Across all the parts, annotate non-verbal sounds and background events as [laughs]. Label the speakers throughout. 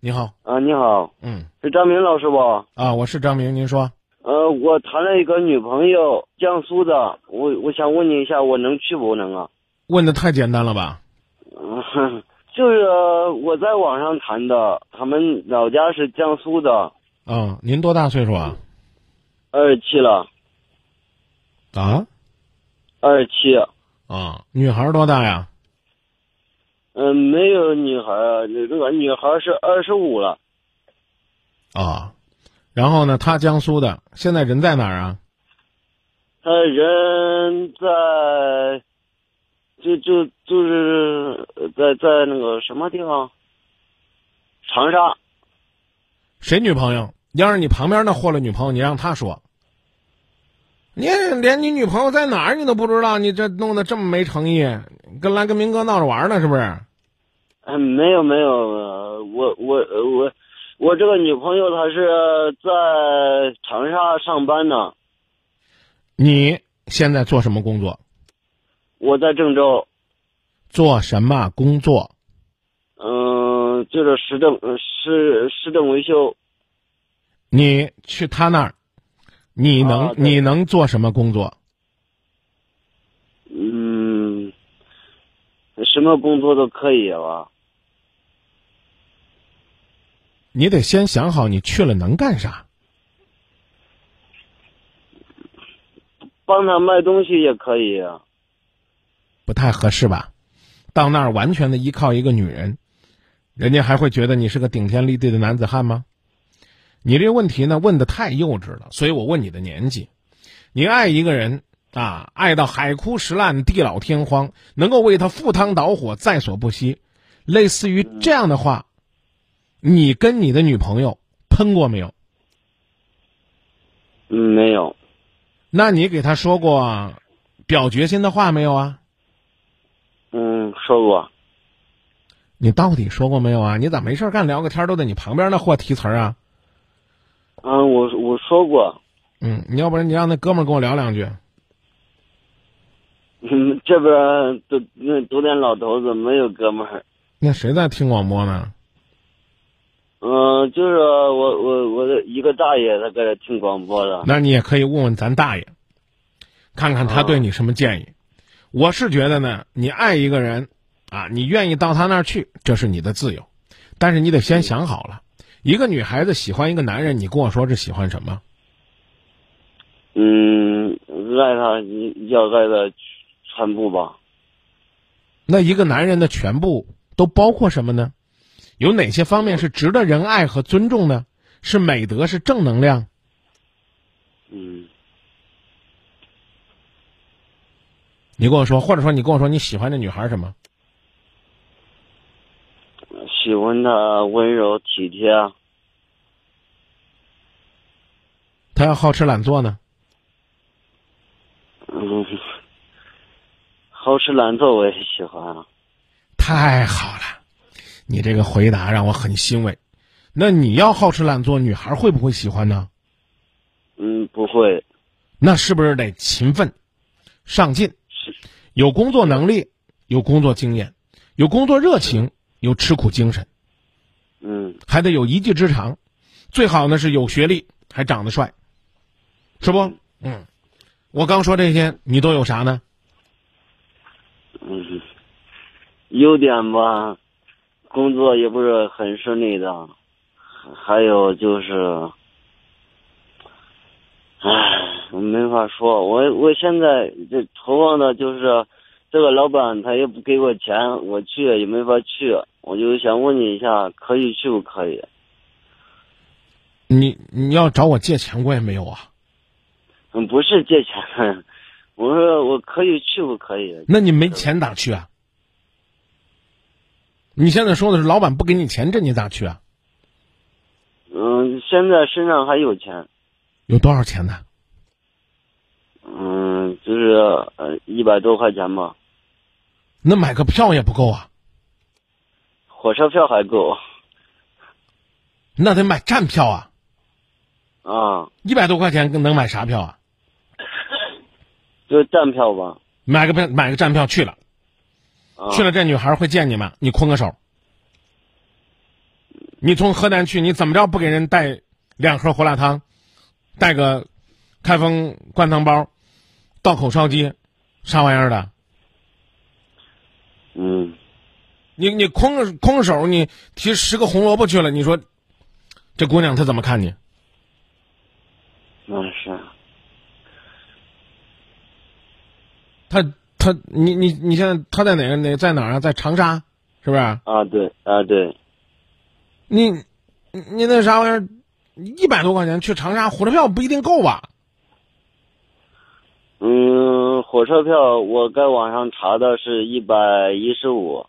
Speaker 1: 你好，
Speaker 2: 啊，你好，
Speaker 1: 嗯
Speaker 2: 是张明老师不？
Speaker 1: 啊，我是张明，您说
Speaker 2: 呃，我谈了一个女朋友，江苏的，我我想问你一下，我能去不能啊？ [laughs]
Speaker 1: 问的太简单了吧？
Speaker 2: 嗯，就是我在网上谈的，他们老家是江苏的，
Speaker 1: 啊，您多大岁数啊？
Speaker 2: 二十七了，
Speaker 1: 啊
Speaker 2: 二十七，
Speaker 1: 啊，女孩多大呀？
Speaker 2: 嗯，没有女孩儿，那个女孩儿是二十五了，
Speaker 1: 啊，然后呢，她江苏的，现在人在哪儿啊？
Speaker 2: 她人在，就就就是在在那个什么地方？长沙。
Speaker 1: 谁女朋友？要是你旁边那获了女朋友，你让她说。你连你女朋友在哪儿你都不知道，你这弄得这么没诚意，跟来跟明哥闹着玩呢是不是？
Speaker 2: 嗯，没有没有，呃我我呃我我这个女朋友她是在长沙上班呢，
Speaker 1: 你现在做什么工作？
Speaker 2: 我在郑州，
Speaker 1: 做什么工作？
Speaker 2: 嗯、就是市政呃市市政维修，
Speaker 1: 你去他那儿，你能、
Speaker 2: 啊对
Speaker 1: 你能做什么工作？
Speaker 2: 嗯，什么工作都可以吧？
Speaker 1: 你得先想好你去了能干啥。
Speaker 2: 帮她卖东西也可以啊，
Speaker 1: 不太合适吧？到那儿完全的依靠一个女人，人家还会觉得你是个顶天立地的男子汉吗？你这个问题呢问的太幼稚了，所以我问你的年纪。你爱一个人啊，爱到海枯石烂、地老天荒，能够为他赴汤蹈火、在所不惜，类似于这样的话，你跟你的女朋友喷过没有？
Speaker 2: 嗯，没有，
Speaker 1: 那你给她说过表决心的话没有啊？
Speaker 2: 嗯，说过，
Speaker 1: 你到底说过没有啊？你咋没事儿干聊个天儿都在你旁边那货提词儿啊？
Speaker 2: 嗯，我我说过，
Speaker 1: 嗯，你要不然你让那哥们儿跟我聊两句。
Speaker 2: 嗯，这边都那都点老头子，没有哥们儿。
Speaker 1: 那谁在听广播呢？
Speaker 2: 嗯，就是我我我的一个大爷，他搁这听广播的。
Speaker 1: 那你也可以问问咱大爷，看看他对你什么建议。我是觉得呢，你爱一个人，啊，你愿意到他那儿去，这是你的自由，但是你得先想好了。一个女孩子喜欢一个男人，你跟我说是喜欢什么？
Speaker 2: 嗯，爱他你要爱他全部吧。
Speaker 1: 那一个男人的全部都包括什么呢？有哪些方面是值得人爱和尊重的？是美德，是正能量？
Speaker 2: 嗯，
Speaker 1: 你跟我说，或者说你跟我说你喜欢这女孩什么？
Speaker 2: 喜欢他温柔体贴。
Speaker 1: 她要好吃懒做呢？
Speaker 2: 嗯，好吃懒做我也喜欢啊。
Speaker 1: 太好了，你这个回答让我很欣慰。那你要好吃懒做，女孩会不会喜欢呢？
Speaker 2: 嗯，不会。
Speaker 1: 那是不是得勤奋、上进，有工作能力，有工作经验，有工作热情，有吃苦精神，
Speaker 2: 嗯
Speaker 1: 还得有一技之长，最好呢是有学历，还长得帅，是不？嗯，我刚说这些，你都有啥呢？
Speaker 2: 嗯，优点吧，工作也不是很顺利的，还有就是，唉，我没法说，我我现在这头发呢，就是这个老板他也不给我钱，我去也没法去，我就想问你一下，可以去不可以？
Speaker 1: 你你要找我借钱，我也没有啊。
Speaker 2: 嗯，不是借钱，我说我可以去不可以？
Speaker 1: 那你没钱咋去啊？你现在说的是老板不给你钱，这你咋去啊？
Speaker 2: 嗯，现在身上还有钱。
Speaker 1: 有多少钱呢？
Speaker 2: 嗯，就是呃一百多块钱吧，
Speaker 1: 那买个票也不够啊，
Speaker 2: 火车票还够
Speaker 1: 那得买站票啊，
Speaker 2: 啊，
Speaker 1: 一百多块钱能买啥票啊？
Speaker 2: 就是站票吧。
Speaker 1: 买个票，买个站票去了，
Speaker 2: 啊、
Speaker 1: 去了这女孩会见你吗？你空个手，你从河南去，你怎么着不给人带两盒胡辣汤，带个开封灌汤包，道口烧鸡，啥玩意儿的？
Speaker 2: 嗯，
Speaker 1: 你你空空手你提十个红萝卜去了，你说这姑娘她怎么看你？
Speaker 2: 那是，
Speaker 1: 她她你你你现在她在哪个哪在哪儿啊？在长沙，是不是？
Speaker 2: 啊对啊对，
Speaker 1: 你你你那啥玩意儿，一百多块钱去长沙火车票不一定够吧？
Speaker 2: 嗯，火车票我在网上查的是一百一十五，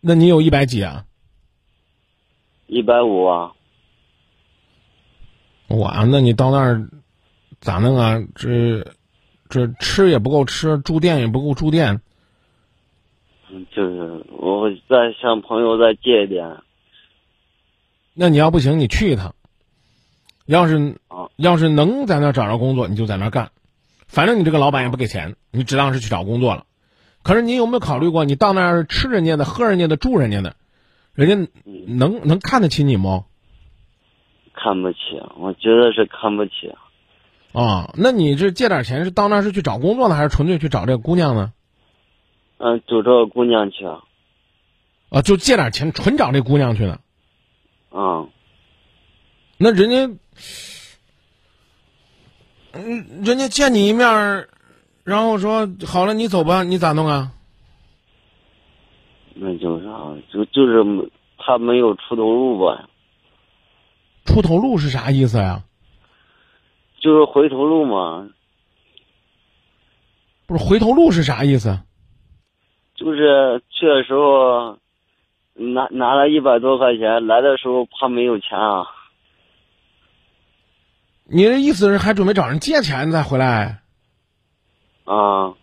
Speaker 1: 那你有一百几啊？
Speaker 2: 一百五啊，
Speaker 1: 哇，那你到那儿咋弄啊？这这吃也不够吃，住店也不够住店，
Speaker 2: 嗯就是我再向朋友再借一点，
Speaker 1: 那你要不行，你去一趟。要是
Speaker 2: 啊
Speaker 1: 要是能在那儿找着工作，你就在那儿干。反正你这个老板也不给钱，你只当是去找工作了。可是你有没有考虑过，你到那儿吃人家的、喝人家的、住人家的，人家能能看得起你吗？
Speaker 2: 看不起，我觉得是看不起，
Speaker 1: 啊，那你这借点钱是到那儿是去找工作呢，还是纯粹去找这个姑娘呢？
Speaker 2: 嗯，就这个姑娘去，
Speaker 1: 啊，就借点钱纯找这姑娘去呢？
Speaker 2: 嗯，
Speaker 1: 那人家，嗯，人家见你一面儿，然后说好了，你走吧，你咋弄啊？
Speaker 2: 那就是啊，就就是没他没有出头路吧，
Speaker 1: 出头路是啥意思呀、
Speaker 2: 就是回头路嘛，
Speaker 1: 不是回头路是啥意思？
Speaker 2: 就是去的时候拿拿了一百多块钱，来的时候怕没有钱啊，
Speaker 1: 你这意思是还准备找人借钱再回来？
Speaker 2: 啊，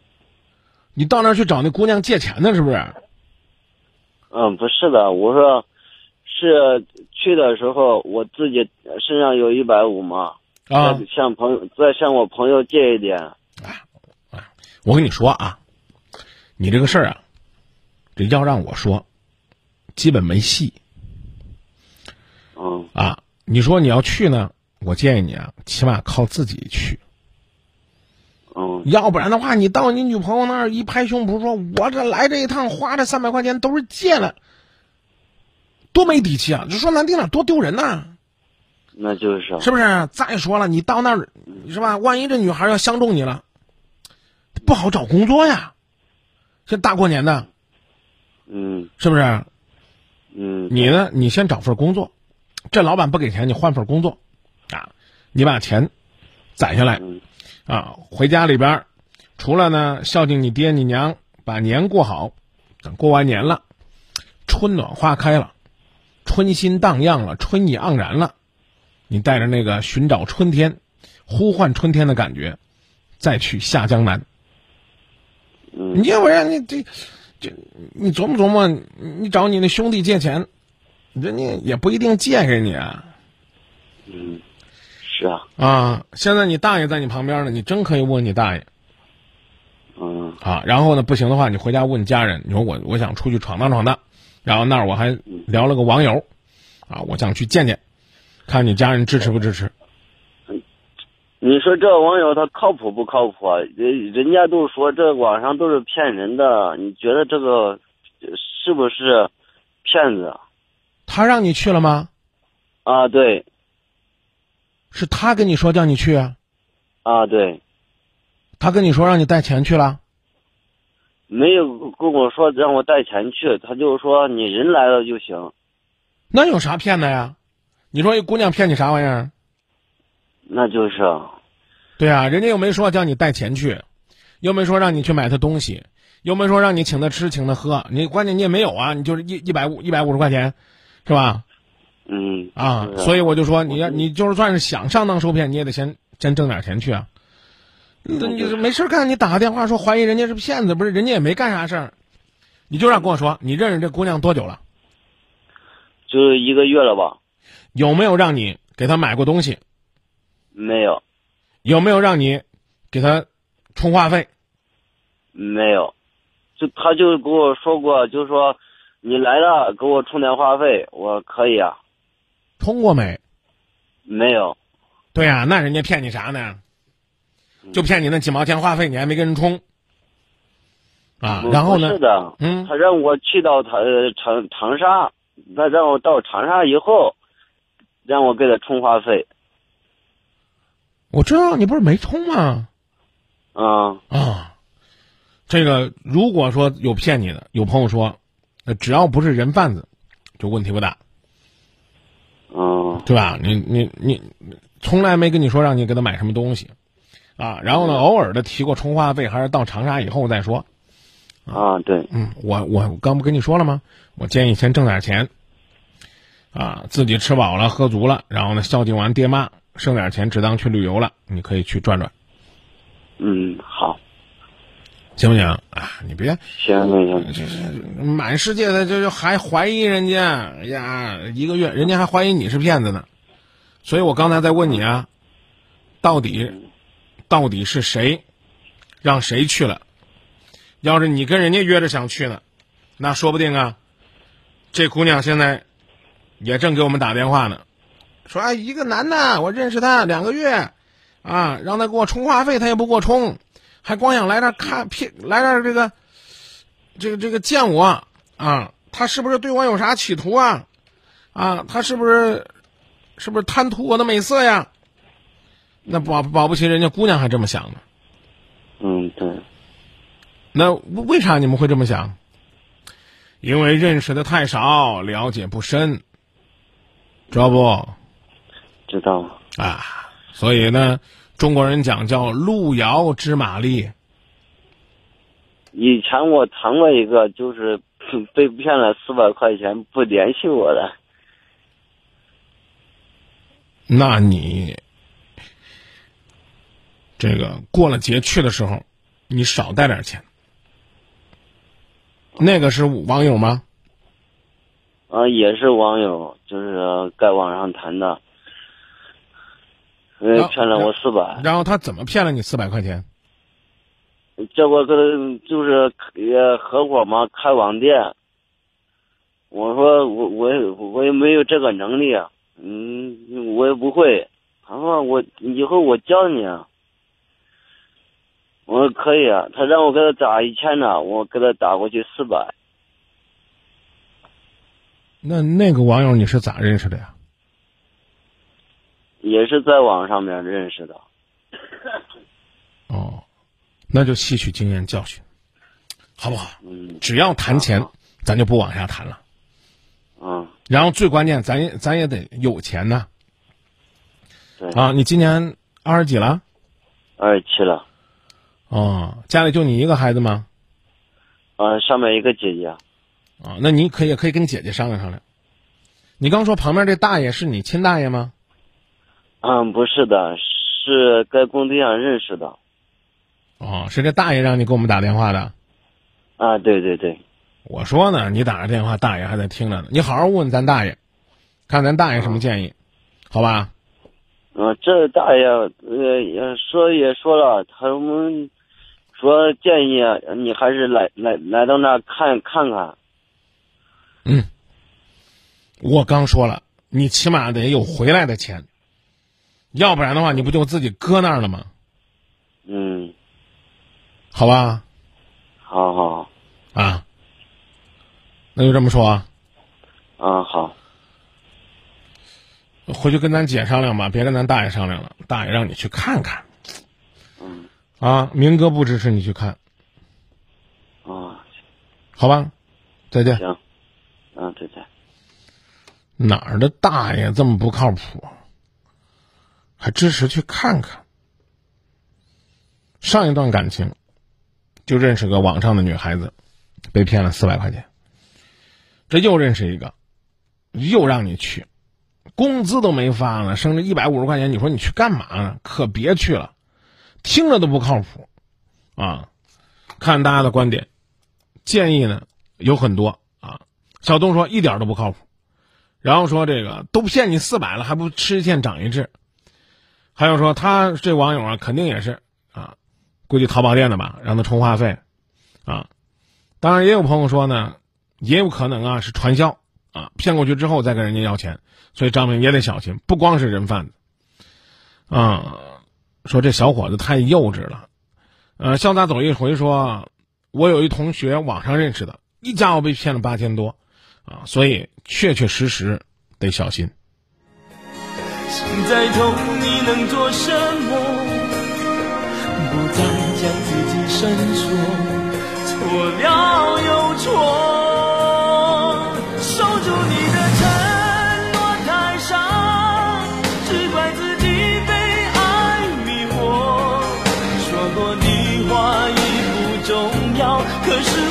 Speaker 1: 你到那儿去找那姑娘借钱呢，是不啊是？
Speaker 2: 嗯，不是的，我说是去的时候我自己身上有一百五嘛，
Speaker 1: 啊
Speaker 2: 再，向朋友再向我朋友借一点，
Speaker 1: 我跟你说啊，你这个事儿啊，这要让我说，基本没戏
Speaker 2: 嗯
Speaker 1: 啊。你说你要去呢，我建议你啊，起码靠自己去。
Speaker 2: 嗯
Speaker 1: 要不然的话，你到你女朋友那儿一拍胸脯说：“我这来这一趟花这三百块钱都是借了，多没底气啊！”就说难听点，多丢人呐、
Speaker 2: 那就是啊
Speaker 1: 是不是？再说了，你到那儿是吧？万一这女孩要相中你了，不好找工作呀。这大过年的，
Speaker 2: 嗯
Speaker 1: 是不是？
Speaker 2: 嗯
Speaker 1: 你呢？你先找份工作，这老板不给钱，你换份工作，啊，你把钱攒下来，
Speaker 2: 嗯
Speaker 1: 啊，回家里边儿，除了呢孝敬你爹你娘，把年过好，等过完年了，春暖花开了，春心荡漾了，春意盎然了，你带着那个寻找春天、呼唤春天的感觉，再去下江南。
Speaker 2: 嗯
Speaker 1: 你要不然你这这，你琢磨琢磨，你你找你那兄弟借钱，人家也不一定借给你啊。
Speaker 2: 嗯，是啊，
Speaker 1: 啊，现在你大爷在你旁边呢，你真可以问你大爷。
Speaker 2: 嗯
Speaker 1: 啊，然后呢，不行的话，你回家问家人，你说我我想出去闯荡闯荡，然后那儿我还聊了个网友，啊，我想去见见，看你家人支持不支持。
Speaker 2: 你说这网友他靠谱不靠谱啊？人人家都说这网上都是骗人的，你觉得这个呃是不是骗子
Speaker 1: 他让你去了吗？
Speaker 2: 啊？对
Speaker 1: 是他跟你说叫你去啊？
Speaker 2: 啊，对，
Speaker 1: 他跟你说让你带钱去了？
Speaker 2: 没有跟我说让我带钱去，他就说你人来了就行。
Speaker 1: 那有啥骗的呀？你说一姑娘骗你啥玩意儿？
Speaker 2: 那就是啊
Speaker 1: 对啊，人家又没说叫你带钱去，又没说让你去买他东西，又没说让你请他吃请他喝，你关键你也没有啊，你就是一一百五一百五十块钱，是吧？
Speaker 2: 嗯
Speaker 1: 啊，
Speaker 2: 是
Speaker 1: 所以我就说，你要
Speaker 2: 我
Speaker 1: 你就是算是想上当受骗，你也得先先挣点钱去啊。那你这没事儿干，你打个电话说怀疑人家是骗子，不是人家也没干啥事儿，你就让跟我说，你认识这姑娘多久了？
Speaker 2: 就是一个月了吧？
Speaker 1: 有没有让你给她买过东西？
Speaker 2: 没有，
Speaker 1: 有没有让你给她充话费？
Speaker 2: 没有，就他就跟我说过，就说你来了给我充点话费，我可以啊。
Speaker 1: 通过没？
Speaker 2: 没有，
Speaker 1: 对呀、那人家骗你啥呢？
Speaker 2: 嗯
Speaker 1: 就骗你那几毛钱话费，你还没跟人充啊？
Speaker 2: 不
Speaker 1: 然后
Speaker 2: 不
Speaker 1: 呢
Speaker 2: 是？的，
Speaker 1: 嗯
Speaker 2: 他让我去到他呃长长沙，他让我到长沙以后，让我给他充话费，
Speaker 1: 我知道你不是没充吗？
Speaker 2: 嗯
Speaker 1: 啊，这个如果说有骗你的，有朋友说，那只要不是人贩子，就问题不大，
Speaker 2: 嗯
Speaker 1: 对吧？你你你，从来没跟你说让你给他买什么东西，啊，然
Speaker 2: 嗯
Speaker 1: 后呢，偶尔的提过充话费，还是到长沙以后再说。
Speaker 2: 啊，对，
Speaker 1: 嗯，我我刚不跟你说了吗？我建议先挣点钱，啊，自己吃饱了喝足了，然后呢，孝敬完爹妈，剩点钱只当去旅游了，你可以去转转，
Speaker 2: 嗯，好，
Speaker 1: 行不行啊？你别
Speaker 2: 行行行，
Speaker 1: 这是满世界的，这就还怀疑人家哎呀，一个月人家还怀疑你是骗子呢。所以我刚才在问你啊，到底到底是谁让谁去了？要是你跟人家约着想去呢，那说不定啊，这姑娘现在也正给我们打电话呢，说哎，一个男的，我认识他两个月，啊，让他给我充话费，他也不给我充，还光想来这儿看骗，来这儿这个。这个这个见我啊，他是不是对我有啥企图啊？啊，他是不是是不是贪图我的美色呀？那保保不齐人家姑娘还这么想呢。
Speaker 2: 嗯，对，
Speaker 1: 那为啥你们会这么想？因为认识的太少，了解不深，知道不？
Speaker 2: 知道了，
Speaker 1: 啊，所以呢，中国人讲叫路遥知马力。
Speaker 2: 以前我谈过一个，就是 [laughs] 被骗了四百块钱，不联系我的，
Speaker 1: 那你这个过了节去的时候，你少带点钱。那个是网友吗？
Speaker 2: 啊，也是网友，就是呃在网上谈的，呃
Speaker 1: 然后，
Speaker 2: 骗了我四百，
Speaker 1: 然后他怎么骗了你四百块钱？
Speaker 2: 结果跟他就是也合伙嘛，开网店。我说我我也我也没有这个能力，啊嗯，我也不会。他说我以后我教你啊。我说可以啊，他让我给他打一千呢，我给他打过去四百。
Speaker 1: 那那个网友你是咋认识的呀？
Speaker 2: 也是在网上面认识的。
Speaker 1: 哦，那就吸取经验教训，好不好？
Speaker 2: 嗯
Speaker 1: 只要谈钱
Speaker 2: 好，
Speaker 1: 咱就不往下谈了。
Speaker 2: 嗯，
Speaker 1: 然后最关键，咱也咱也得有钱呐。
Speaker 2: 对，
Speaker 1: 啊，你今年二十几了？
Speaker 2: 二十七了。
Speaker 1: 哦，家里就你一个孩子吗？
Speaker 2: 嗯，上面一个姐姐，
Speaker 1: 啊，那你可以也可以跟姐姐商量商量。你刚说旁边这大爷是你亲大爷吗？
Speaker 2: 嗯，不是的，是在工地上认识的。
Speaker 1: 哦，是这大爷让你给我们打电话的。
Speaker 2: 啊，对对对，
Speaker 1: 我说呢，你打着电话，大爷还在听着呢。你好好问咱大爷，看咱大爷什么建议，好吧？
Speaker 2: 嗯，这大爷呃也说也说了，他们说建议啊你还是来来来到那儿看看看。
Speaker 1: 我刚说了，你起码得有回来的钱，要不然的话，你不就自己搁那儿了吗？
Speaker 2: 嗯，
Speaker 1: 好吧？
Speaker 2: 好好，
Speaker 1: 啊，那就这么说啊，
Speaker 2: 嗯好，
Speaker 1: 回去跟咱姐商量吧，别跟咱大爷商量了。大爷让你去看看
Speaker 2: 嗯
Speaker 1: 啊，明哥不支持你去看，
Speaker 2: 啊
Speaker 1: 好吧？再见。
Speaker 2: 行，嗯对对，
Speaker 1: 哪儿的大爷这么不靠谱啊？还支持去看看。上一段感情，就认识个网上的女孩子，被骗了四百块钱。这又认识一个，又让你去，工资都没发呢，剩这一百五十块钱，你说你去干嘛呢？可别去了，听着都不靠谱，啊！看大家的观点，建议呢有很多啊。小东说一点都不靠谱。然后说这个都骗你四百了，还不吃一堑长一智。还有说他这网友啊，肯定也是啊，估计淘宝店的吧，让他充话费，啊，当然也有朋友说呢，也有可能啊是传销啊，骗过去之后再跟人家要钱，所以张明也得小心，不光是人贩子。啊，说这小伙子太幼稚了。呃，潇洒走一回说，我有一同学网上认识的，一家伙被骗了八千多，啊，所以确确实实得小心。
Speaker 3: 心在痛，你能做什么？不再将自己深锁，错了又错，守住你的承诺太傻，只怪自己被爱迷惑。说过的话已不重要，可是。